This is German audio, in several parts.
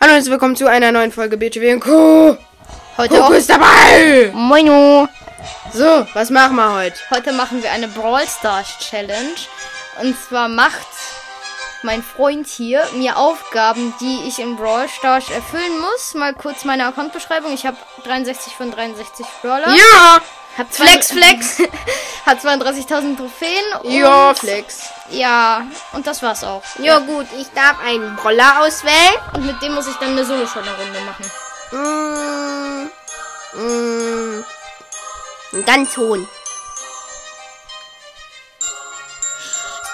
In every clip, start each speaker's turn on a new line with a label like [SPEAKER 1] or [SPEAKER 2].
[SPEAKER 1] und herzlich willkommen zu einer neuen Folge BTW und Co.
[SPEAKER 2] Heute
[SPEAKER 1] Coco
[SPEAKER 2] auch.
[SPEAKER 1] ist dabei!
[SPEAKER 2] Moino.
[SPEAKER 1] So, was machen wir heute?
[SPEAKER 2] Heute machen wir eine Brawl Stars Challenge. Und zwar macht mein Freund hier mir Aufgaben, die ich in Brawl Stars erfüllen muss. Mal kurz meine Accountbeschreibung. Ich habe 63 von 63 Brawler.
[SPEAKER 1] Ja!
[SPEAKER 2] Hab
[SPEAKER 1] Flex, Flex!
[SPEAKER 2] Hat 32.000 Trophäen. Und
[SPEAKER 1] ja, Flex.
[SPEAKER 2] Ja, und das war's auch.
[SPEAKER 3] Ja gut, ich darf einen Brawler auswählen.
[SPEAKER 2] Und mit dem muss ich dann eine solo runde machen.
[SPEAKER 3] Mm, mm, einen ganz hohen.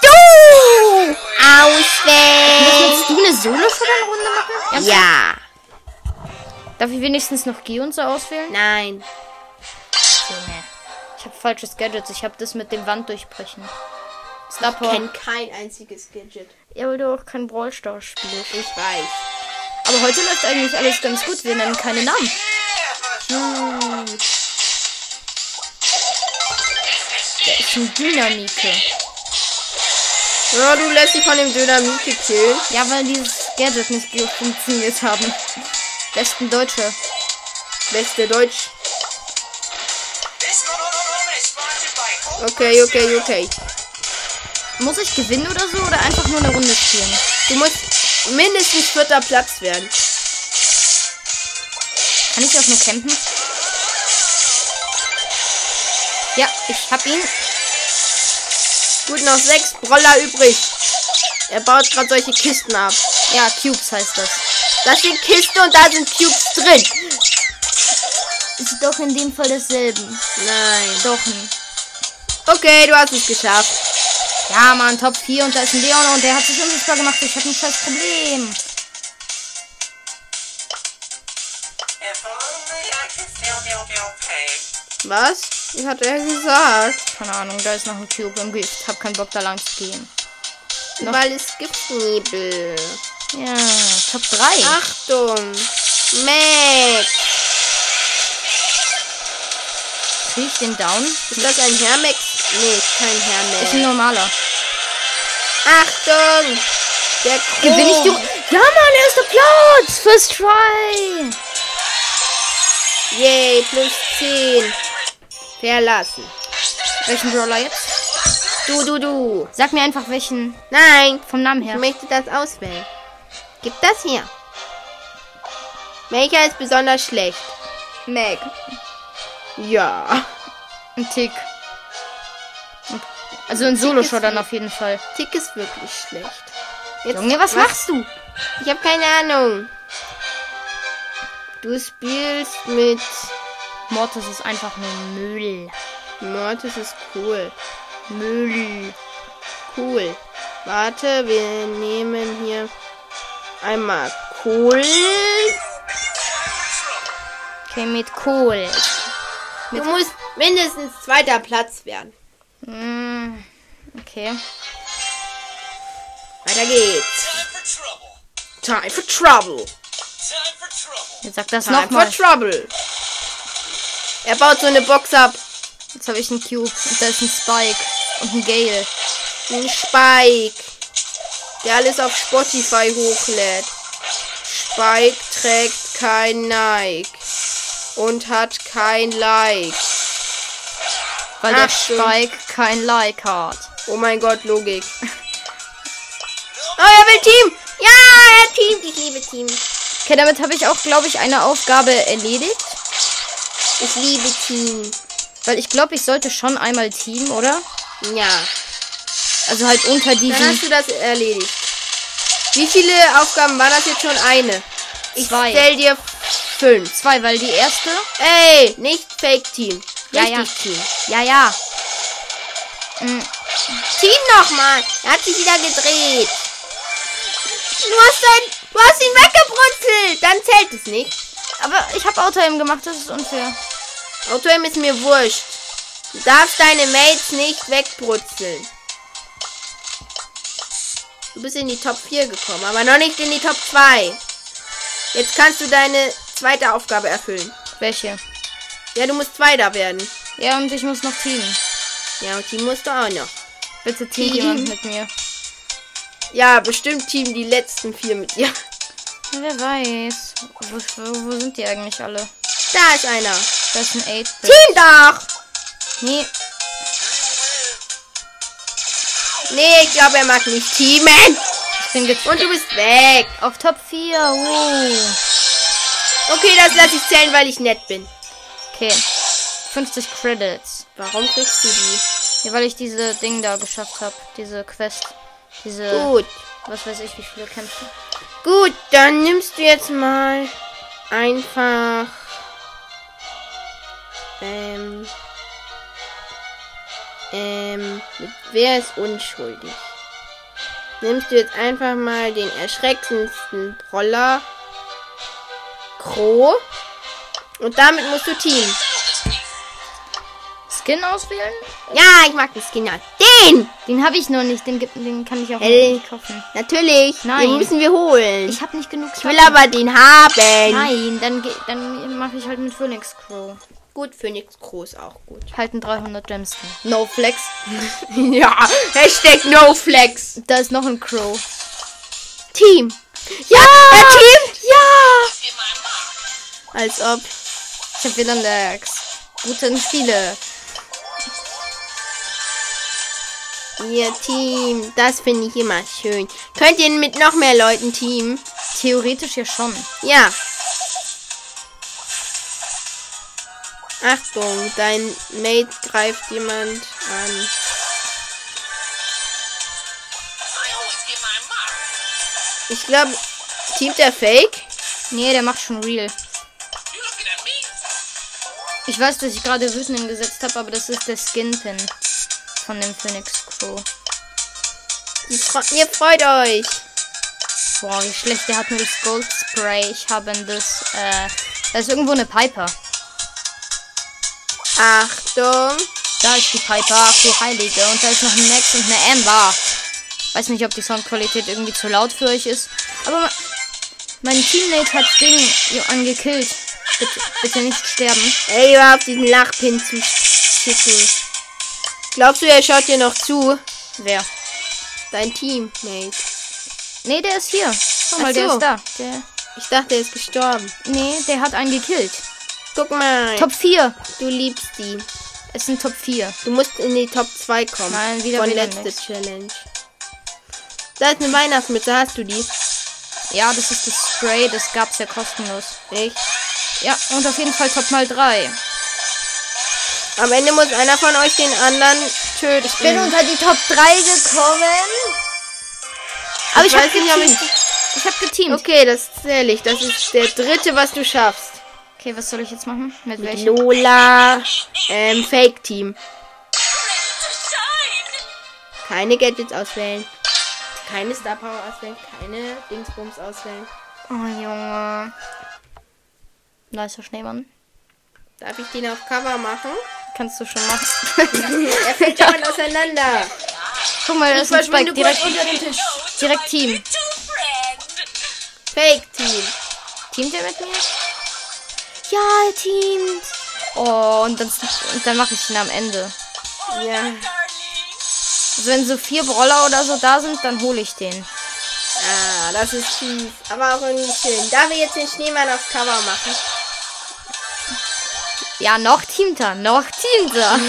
[SPEAKER 3] Du! Auswählen.
[SPEAKER 2] Willst du eine solo runde machen?
[SPEAKER 3] Ja.
[SPEAKER 2] Darf ich wenigstens noch G und so auswählen?
[SPEAKER 3] Nein.
[SPEAKER 2] Junge. Ich habe falsches Gadget. Ich habe das mit dem Wand durchbrechen. Star
[SPEAKER 3] Ich
[SPEAKER 2] Power.
[SPEAKER 3] kenne kein einziges Gadget.
[SPEAKER 2] Ja, weil du auch kein Brawl Stars spielst.
[SPEAKER 3] Ich weiß.
[SPEAKER 2] Aber heute läuft eigentlich alles ganz gut. Wir nennen keine Namen. Der ist ein Dynamike.
[SPEAKER 1] Ja, du lässt dich von dem Dynamit gekillt.
[SPEAKER 2] Ja, weil dieses Gadget nicht gut funktioniert haben. Besten Deutsche.
[SPEAKER 1] Beste Deutsch.
[SPEAKER 4] This phenomenon is sponsored by Coke.
[SPEAKER 1] Okay, okay, okay.
[SPEAKER 2] Muss ich gewinnen oder so oder einfach nur eine Runde spielen?
[SPEAKER 1] Du musst mindestens vierter Platz werden.
[SPEAKER 2] Kann ich auch nur campen? Ja, ich hab ihn.
[SPEAKER 1] Gut, noch sechs Broller übrig. Er baut gerade solche Kisten ab.
[SPEAKER 2] Ja, Cubes heißt das.
[SPEAKER 3] Das sind Kisten und da sind Cubes drin.
[SPEAKER 2] Ist doch in dem Fall dasselben.
[SPEAKER 1] Nein.
[SPEAKER 2] Doch ein.
[SPEAKER 1] Okay, du hast es geschafft.
[SPEAKER 2] Ja, Mann, Top 4 und da ist ein Leon und der hat sich unsichtbar gemacht. Ich hab ein scheiß Problem.
[SPEAKER 4] If only I could feel your, your pain.
[SPEAKER 1] Was? Was hat er gesagt?
[SPEAKER 2] Keine Ahnung, da ist noch ein Cube im Gift. Hab keinen Bock, da lang zu gehen.
[SPEAKER 1] Weil es gibt Nebel.
[SPEAKER 2] Ja, Top 3.
[SPEAKER 1] Achtung! Mac!
[SPEAKER 2] Krieg ich den down?
[SPEAKER 1] Ist das ein Hermex? Nee, ist kein
[SPEAKER 2] Ist ein
[SPEAKER 1] Hermex.
[SPEAKER 2] normaler.
[SPEAKER 1] Achtung! Der Chrom.
[SPEAKER 2] Gewinn ich die Ru- Ja, Mann, erster Platz! First try!
[SPEAKER 1] Yay, plus 10. Verlassen.
[SPEAKER 2] Welchen Brawler jetzt?
[SPEAKER 1] Du, du, du.
[SPEAKER 2] Sag mir einfach welchen.
[SPEAKER 1] Nein,
[SPEAKER 2] Vom Namen
[SPEAKER 1] ich
[SPEAKER 2] her.
[SPEAKER 1] möchte das auswählen. Gib das hier. Welcher ist besonders schlecht?
[SPEAKER 2] Meg.
[SPEAKER 1] Ja.
[SPEAKER 2] Ein Tick. Also ein Solo-Showdown auf jeden Fall.
[SPEAKER 1] Tick ist wirklich schlecht. Jetzt,
[SPEAKER 2] Junge, was machst du?
[SPEAKER 1] Ich habe keine Ahnung. Du spielst mit
[SPEAKER 2] Mortis ist einfach nur Müll.
[SPEAKER 1] Mortis ist cool.
[SPEAKER 2] Müll.
[SPEAKER 1] Cool. Warte, wir nehmen hier einmal cool.
[SPEAKER 2] Okay, mit Kohl.
[SPEAKER 1] Du musst mindestens zweiter Platz werden.
[SPEAKER 2] Mm, okay.
[SPEAKER 1] Weiter geht's.
[SPEAKER 4] Time for trouble.
[SPEAKER 1] Time for trouble.
[SPEAKER 4] Time for trouble.
[SPEAKER 2] Jetzt sag das
[SPEAKER 1] Time
[SPEAKER 2] nochmal.
[SPEAKER 1] for trouble. Er baut so eine Box ab.
[SPEAKER 2] Jetzt habe ich einen Cube. Und da ist ein Spike. Und ein Gale.
[SPEAKER 1] Ein Spike. Der alles auf Spotify hochlädt. Spike trägt kein Nike. Und hat kein Like.
[SPEAKER 2] Weil
[SPEAKER 1] Ach,
[SPEAKER 2] der
[SPEAKER 1] stimmt.
[SPEAKER 2] Spike kein Like hat.
[SPEAKER 1] Oh mein Gott, Logik. Oh, er will Team. Ja, er Team.
[SPEAKER 3] Team, ich liebe Team.
[SPEAKER 2] Okay, damit habe ich auch, glaube ich, eine Aufgabe erledigt.
[SPEAKER 3] Ich liebe Team.
[SPEAKER 2] Weil ich glaube, ich sollte schon einmal Team, oder?
[SPEAKER 1] Ja.
[SPEAKER 2] Also halt unter die,
[SPEAKER 1] Dann hast
[SPEAKER 2] die
[SPEAKER 1] du das erledigt. Wie viele Aufgaben waren das jetzt schon? Eine. Ich
[SPEAKER 2] Zwei.
[SPEAKER 1] stell dir fünf.
[SPEAKER 2] zwei, weil die erste.
[SPEAKER 1] Ey, nicht Fake Team.
[SPEAKER 2] Ja,
[SPEAKER 1] Richtig
[SPEAKER 2] ja.
[SPEAKER 1] Team.
[SPEAKER 2] Ja, ja.
[SPEAKER 3] Team nochmal. Er hat sich wieder gedreht. Du hast, dein, du hast ihn weggebrutzelt.
[SPEAKER 1] Dann zählt es nicht.
[SPEAKER 2] Aber ich habe Autoim gemacht, das ist unfair.
[SPEAKER 1] Autorem ist mir wurscht. Du darfst deine Mates nicht wegbrutzeln. Du bist in die Top 4 gekommen, aber noch nicht in die Top 2. Jetzt kannst du deine zweite Aufgabe erfüllen.
[SPEAKER 2] Welche?
[SPEAKER 1] Ja, du musst Zweiter werden.
[SPEAKER 2] Ja, und ich muss noch Team.
[SPEAKER 1] Ja, und Team musst du auch noch.
[SPEAKER 2] Bitte Team
[SPEAKER 1] Team.
[SPEAKER 2] jemand mit mir.
[SPEAKER 1] Ja, bestimmt Team die letzten vier mit dir.
[SPEAKER 2] Wer weiß. Wo, wo, wo sind die eigentlich alle?
[SPEAKER 1] Da ist einer.
[SPEAKER 2] Das ist ein 8 -Bit.
[SPEAKER 1] Team doch!
[SPEAKER 2] Nee,
[SPEAKER 1] Nee, ich glaube, er mag nicht teamen.
[SPEAKER 2] ich bin jetzt
[SPEAKER 1] Und du bist weg.
[SPEAKER 2] auf Top 4. Wow.
[SPEAKER 1] Okay, das lasse ich zählen, weil ich nett bin.
[SPEAKER 2] Okay. 50 Credits.
[SPEAKER 1] Warum kriegst du die?
[SPEAKER 2] Ja, weil ich diese Ding da geschafft habe. Diese Quest. Diese.
[SPEAKER 1] Gut.
[SPEAKER 2] Was weiß ich, wie viele Kämpfe.
[SPEAKER 1] Gut, dann nimmst du jetzt mal einfach. Ähm. Ähm. Mit, wer ist unschuldig? Nimmst du jetzt einfach mal den erschreckendsten Roller. Crow. Und damit musst du Team.
[SPEAKER 2] Skin auswählen?
[SPEAKER 1] Ja, ich mag den Skinner. Den!
[SPEAKER 2] Den habe ich noch nicht. Den, gibt, den kann ich auch
[SPEAKER 1] Hey.
[SPEAKER 2] nicht kaufen.
[SPEAKER 1] Natürlich.
[SPEAKER 2] Nein.
[SPEAKER 1] Den müssen wir holen.
[SPEAKER 2] Ich habe nicht genug
[SPEAKER 1] Ich will aber den haben.
[SPEAKER 2] Nein, dann, geh- dann mache ich halt mit Phoenix Crow.
[SPEAKER 1] Gut, Phoenix Groß auch gut.
[SPEAKER 2] Halt ein 300 Gemskin. No Flex.
[SPEAKER 1] Ja, Hashtag NoFlex.
[SPEAKER 2] Da ist noch ein Crow.
[SPEAKER 1] Team. Ja, er teamt. Ja. Als ob.
[SPEAKER 2] Ich habe wieder Lex. Gute Spiele.
[SPEAKER 1] Ihr Team. Das finde ich immer schön. Könnt ihr mit noch mehr Leuten teamen?
[SPEAKER 2] Theoretisch ja schon.
[SPEAKER 1] Ja. Achtung, dein Mate greift jemand an. Ich glaube, teamt der Fake?
[SPEAKER 2] Nee, der macht schon real. Ich weiß, dass ich gerade wütend gesetzt habe, aber das ist der Skin-Pin von dem Phoenix Crow.
[SPEAKER 1] Die Fre ihr freut euch.
[SPEAKER 2] Boah, wie schlecht. Der hat nur das Gold Spray. Ich habe das. Äh, da ist irgendwo eine Piper.
[SPEAKER 1] Achtung.
[SPEAKER 2] Da ist die Piper, ach du Heilige. Und da ist noch ein Max und eine Amber. Weiß nicht, ob die Soundqualität irgendwie zu laut für euch ist. Aber ma- mein Teammate hat Ding jo- angekillt. Bitte, bitte nicht sterben.
[SPEAKER 1] Ey, überhaupt diesen Lachpin zu schicken. Glaubst du, er schaut dir noch zu?
[SPEAKER 2] Wer?
[SPEAKER 1] Dein Teammate.
[SPEAKER 2] Nee, der ist hier. Schau mal,
[SPEAKER 1] Ach
[SPEAKER 2] der
[SPEAKER 1] so.
[SPEAKER 2] ist da. Der,
[SPEAKER 1] Ich dachte, er ist gestorben.
[SPEAKER 2] nee, der hat einen gekillt.
[SPEAKER 1] Guck mal.
[SPEAKER 2] Top 4.
[SPEAKER 1] Du liebst die.
[SPEAKER 2] Es sind Top 4.
[SPEAKER 1] Du musst in die Top 2 kommen.
[SPEAKER 2] Nein, wieder-
[SPEAKER 1] Von
[SPEAKER 2] wieder
[SPEAKER 1] letzte
[SPEAKER 2] nix.
[SPEAKER 1] Challenge. Da ist eine Weihnachtsmütze, hast du die?
[SPEAKER 2] Ja, das ist das Spray. Das gab's ja kostenlos.
[SPEAKER 1] Echt?
[SPEAKER 2] Ja, und auf jeden Fall Top mal 3.
[SPEAKER 1] Am Ende muss einer von euch den anderen töten. Mhm. Ich
[SPEAKER 2] Bin unter die Top 3 gekommen. Aber ich, hab
[SPEAKER 1] weiß nicht, ob ich-
[SPEAKER 2] geteamt. Ich hab geteamt.
[SPEAKER 1] Okay, das zähle ich. Das ist der dritte, was du schaffst.
[SPEAKER 2] Okay, was soll ich jetzt machen? Mit
[SPEAKER 1] Mit
[SPEAKER 2] welchem?
[SPEAKER 1] Lola, ähm, Fake Team. Keine Gadgets auswählen. Keine Star Power auswählen. Keine Dingsbums auswählen.
[SPEAKER 2] Oh, Junge. Nicer Schneemann.
[SPEAKER 1] Darf ich den auf Cover machen?
[SPEAKER 2] Kannst du schon machen.
[SPEAKER 1] Er fällt dauernd auseinander.
[SPEAKER 2] Guck mal, das ist ein Spike. Direkt,
[SPEAKER 1] unter den Tisch.
[SPEAKER 2] direkt Team.
[SPEAKER 1] Fake Team.
[SPEAKER 2] Teamt er mit mir? Ja, er teamt. Oh, und dann, und dann mache ich ihn am Ende.
[SPEAKER 4] Oh,
[SPEAKER 1] Ja.
[SPEAKER 2] Also wenn so vier Brawler oder so da sind, dann hole ich den.
[SPEAKER 1] Ah, das ist schief. Aber auch irgendwie schön. Darf ich jetzt den Schneemann auf Cover machen?
[SPEAKER 2] Ja, noch teamt er. Noch teamt er.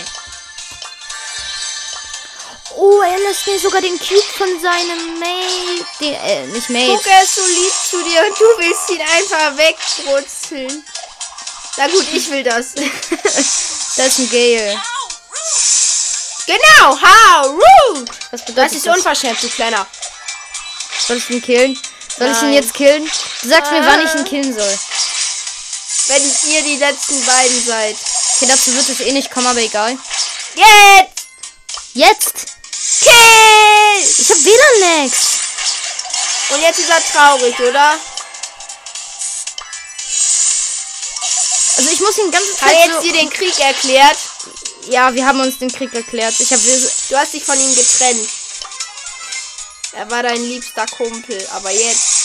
[SPEAKER 2] Oh, er lässt mir sogar den Cube von seinem Mate. Den, äh, nicht Mate.
[SPEAKER 1] Guck, er ist so lieb zu dir und du willst ihn einfach wegbrutzeln. Na gut, ich will das.
[SPEAKER 2] Da ist ein Gale.
[SPEAKER 1] genau, how rude.
[SPEAKER 2] Was bedeutet
[SPEAKER 1] Das ist unverschämt, du Kleiner.
[SPEAKER 2] Soll ich ihn killen? Soll ich ihn
[SPEAKER 1] Nein.
[SPEAKER 2] jetzt killen? Du sagst mir, wann ich ihn killen soll.
[SPEAKER 1] Wenn ihr die letzten beiden seid.
[SPEAKER 2] Okay, dazu wird es eh nicht kommen, aber egal.
[SPEAKER 1] Jetzt!
[SPEAKER 2] Jetzt!
[SPEAKER 1] Kill!
[SPEAKER 2] Ich hab wieder nix.
[SPEAKER 1] Und jetzt ist er traurig, oder?
[SPEAKER 2] Also ich muss ihn ganz
[SPEAKER 1] Hat er jetzt
[SPEAKER 2] so,
[SPEAKER 1] dir den Krieg erklärt?
[SPEAKER 2] Ja, wir haben uns den Krieg erklärt. Ich hab
[SPEAKER 1] Du hast dich von ihm getrennt. Er war dein liebster Kumpel, aber jetzt.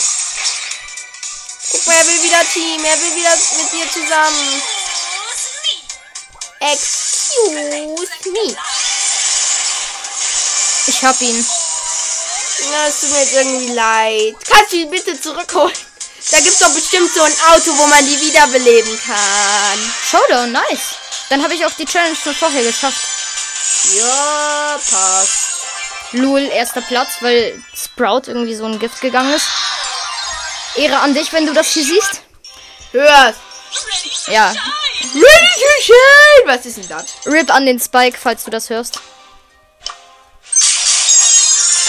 [SPEAKER 1] Guck mal, er will wieder Team, er will wieder mit dir zusammen. Excuse me.
[SPEAKER 2] ich hab ihn.
[SPEAKER 1] Na, es tut mir jetzt irgendwie leid. Kannst du die bitte zurückholen? Da gibt's doch bestimmt so ein Auto, wo man die wiederbeleben kann.
[SPEAKER 2] Showdown, nice. Dann habe ich auch die Challenge von vorher geschafft.
[SPEAKER 1] Ja, passt.
[SPEAKER 2] Lul, erster Platz, weil Sprout irgendwie so ein Gift gegangen ist. Ehre an dich, wenn du das hier siehst.
[SPEAKER 1] Hörst.
[SPEAKER 2] Ja.
[SPEAKER 1] Richtig schön. Was ist denn das?
[SPEAKER 2] Rip an den Spike, falls du das hörst.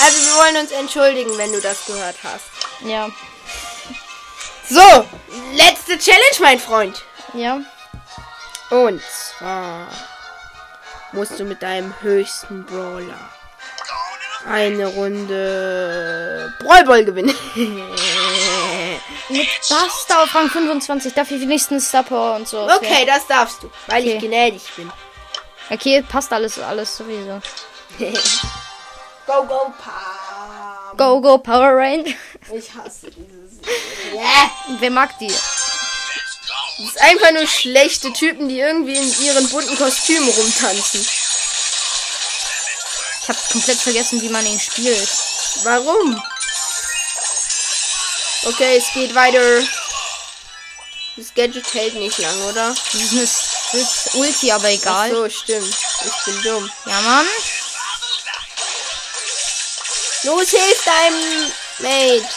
[SPEAKER 1] Also, wir wollen uns entschuldigen, wenn du das gehört hast.
[SPEAKER 2] Ja.
[SPEAKER 1] So, letzte Challenge, mein Freund.
[SPEAKER 2] Ja.
[SPEAKER 1] Und zwar musst du mit deinem höchsten Brawler eine Runde Brawl Ball gewinnen.
[SPEAKER 2] Mit Buster auf Rang 25 darf ich wenigstens Star Power und so.
[SPEAKER 1] Okay, das darfst du, weil ich
[SPEAKER 2] Okay.
[SPEAKER 1] gnädig bin.
[SPEAKER 2] Okay, passt alles, alles sowieso.
[SPEAKER 1] Go, go, Pam.
[SPEAKER 2] Go, go, Power Range.
[SPEAKER 1] Ich hasse dieses.
[SPEAKER 2] Wer mag die?
[SPEAKER 1] Das ist Äh, einfach nur schlechte Typen, die irgendwie in ihren bunten Kostümen rumtanzen.
[SPEAKER 2] Ich habe komplett vergessen, wie man ihn spielt.
[SPEAKER 1] Warum? Okay, es geht weiter. Das Gadget hält nicht lang, oder?
[SPEAKER 2] Das ist, eine, das ist Ulti, aber
[SPEAKER 1] Ach
[SPEAKER 2] egal.
[SPEAKER 1] so, stimmt. Ich bin dumm.
[SPEAKER 2] Ja, Mann.
[SPEAKER 1] Los, hilf deinem Mate.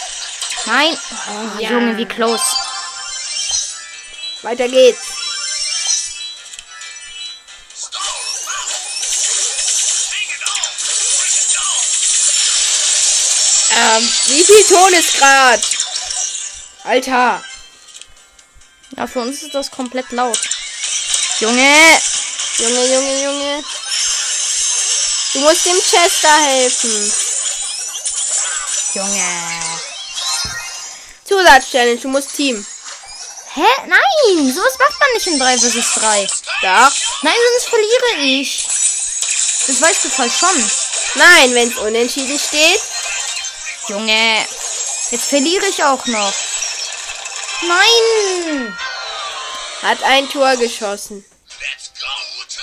[SPEAKER 2] Nein. Oh,
[SPEAKER 1] Ja.
[SPEAKER 2] Junge, wie close.
[SPEAKER 1] Weiter geht's. Ähm, wie viel Todesgrad? Alter.
[SPEAKER 2] Ja, für uns ist das komplett laut. Junge.
[SPEAKER 1] Junge, Junge, Junge. Du musst dem Chester helfen.
[SPEAKER 2] Junge.
[SPEAKER 1] Zusatzchallenge, du musst Team.
[SPEAKER 2] Hä? Nein, sowas macht man nicht in 3 vs 3.
[SPEAKER 1] Doch.
[SPEAKER 2] Nein, sonst verliere ich. Das weißt du voll schon.
[SPEAKER 1] Nein, wenn es unentschieden steht.
[SPEAKER 2] Junge, jetzt verliere ich auch noch. Nein!
[SPEAKER 1] Hat ein Tor geschossen.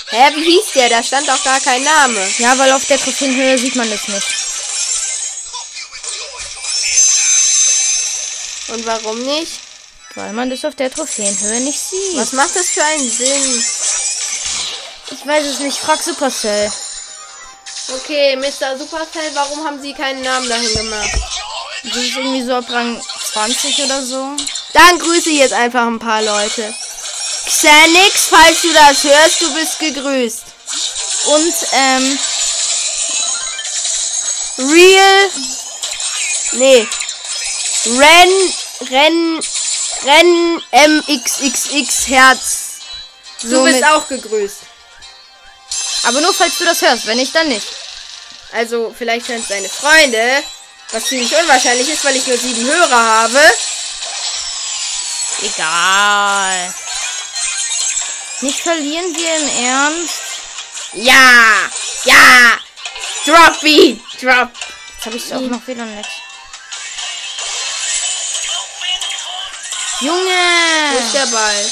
[SPEAKER 1] Hä, wie hieß der? Da stand doch gar kein Name.
[SPEAKER 2] Ja, weil auf der Trophäenhöhe sieht man das nicht.
[SPEAKER 1] Und warum nicht?
[SPEAKER 2] Weil man das auf der Trophäenhöhe nicht sieht.
[SPEAKER 1] Was macht das für einen Sinn?
[SPEAKER 2] Ich weiß es nicht, frag Supercell.
[SPEAKER 1] Okay, Mr. Supercell, warum haben Sie keinen Namen dahin gemacht?
[SPEAKER 2] Das ist irgendwie so ab Rang 20 oder so.
[SPEAKER 1] Dann grüße ich jetzt einfach ein paar Leute. Xenix, falls du das hörst, du bist gegrüßt.
[SPEAKER 2] Und, ähm,
[SPEAKER 1] Real. Nee. Ren. Ren. Ren MXXX Herz.
[SPEAKER 2] So mit-
[SPEAKER 1] auch gegrüßt.
[SPEAKER 2] aber nur falls du das hörst, wenn nicht, dann nicht.
[SPEAKER 1] Also, vielleicht hören es deine Freunde. Was ziemlich unwahrscheinlich ist, weil ich nur sieben Hörer habe.
[SPEAKER 2] Egal. Nicht verlieren wir im Ernst.
[SPEAKER 1] Ja! Ja! Drop Beat! Drop!
[SPEAKER 2] Jetzt habe ich auch noch wieder nicht.
[SPEAKER 1] Wo ist
[SPEAKER 2] Junge!
[SPEAKER 1] der Ball?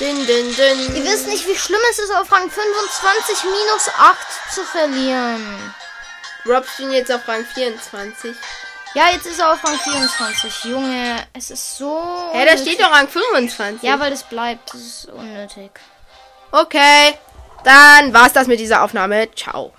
[SPEAKER 1] Dün, dün, dün.
[SPEAKER 2] Ihr wisst nicht, wie schlimm es ist, auf Rang 25 minus 8 zu verlieren.
[SPEAKER 1] Rob stehen jetzt auf Rang 24.
[SPEAKER 2] Ja, jetzt ist er auf Rang 24. Junge, es ist so.
[SPEAKER 1] Hä, da
[SPEAKER 2] unnötig.
[SPEAKER 1] steht doch Rang 25.
[SPEAKER 2] Oh, Ja, weil das bleibt. Das ist unnötig.
[SPEAKER 1] Okay. Dann war's das mit dieser Aufnahme. Ciao.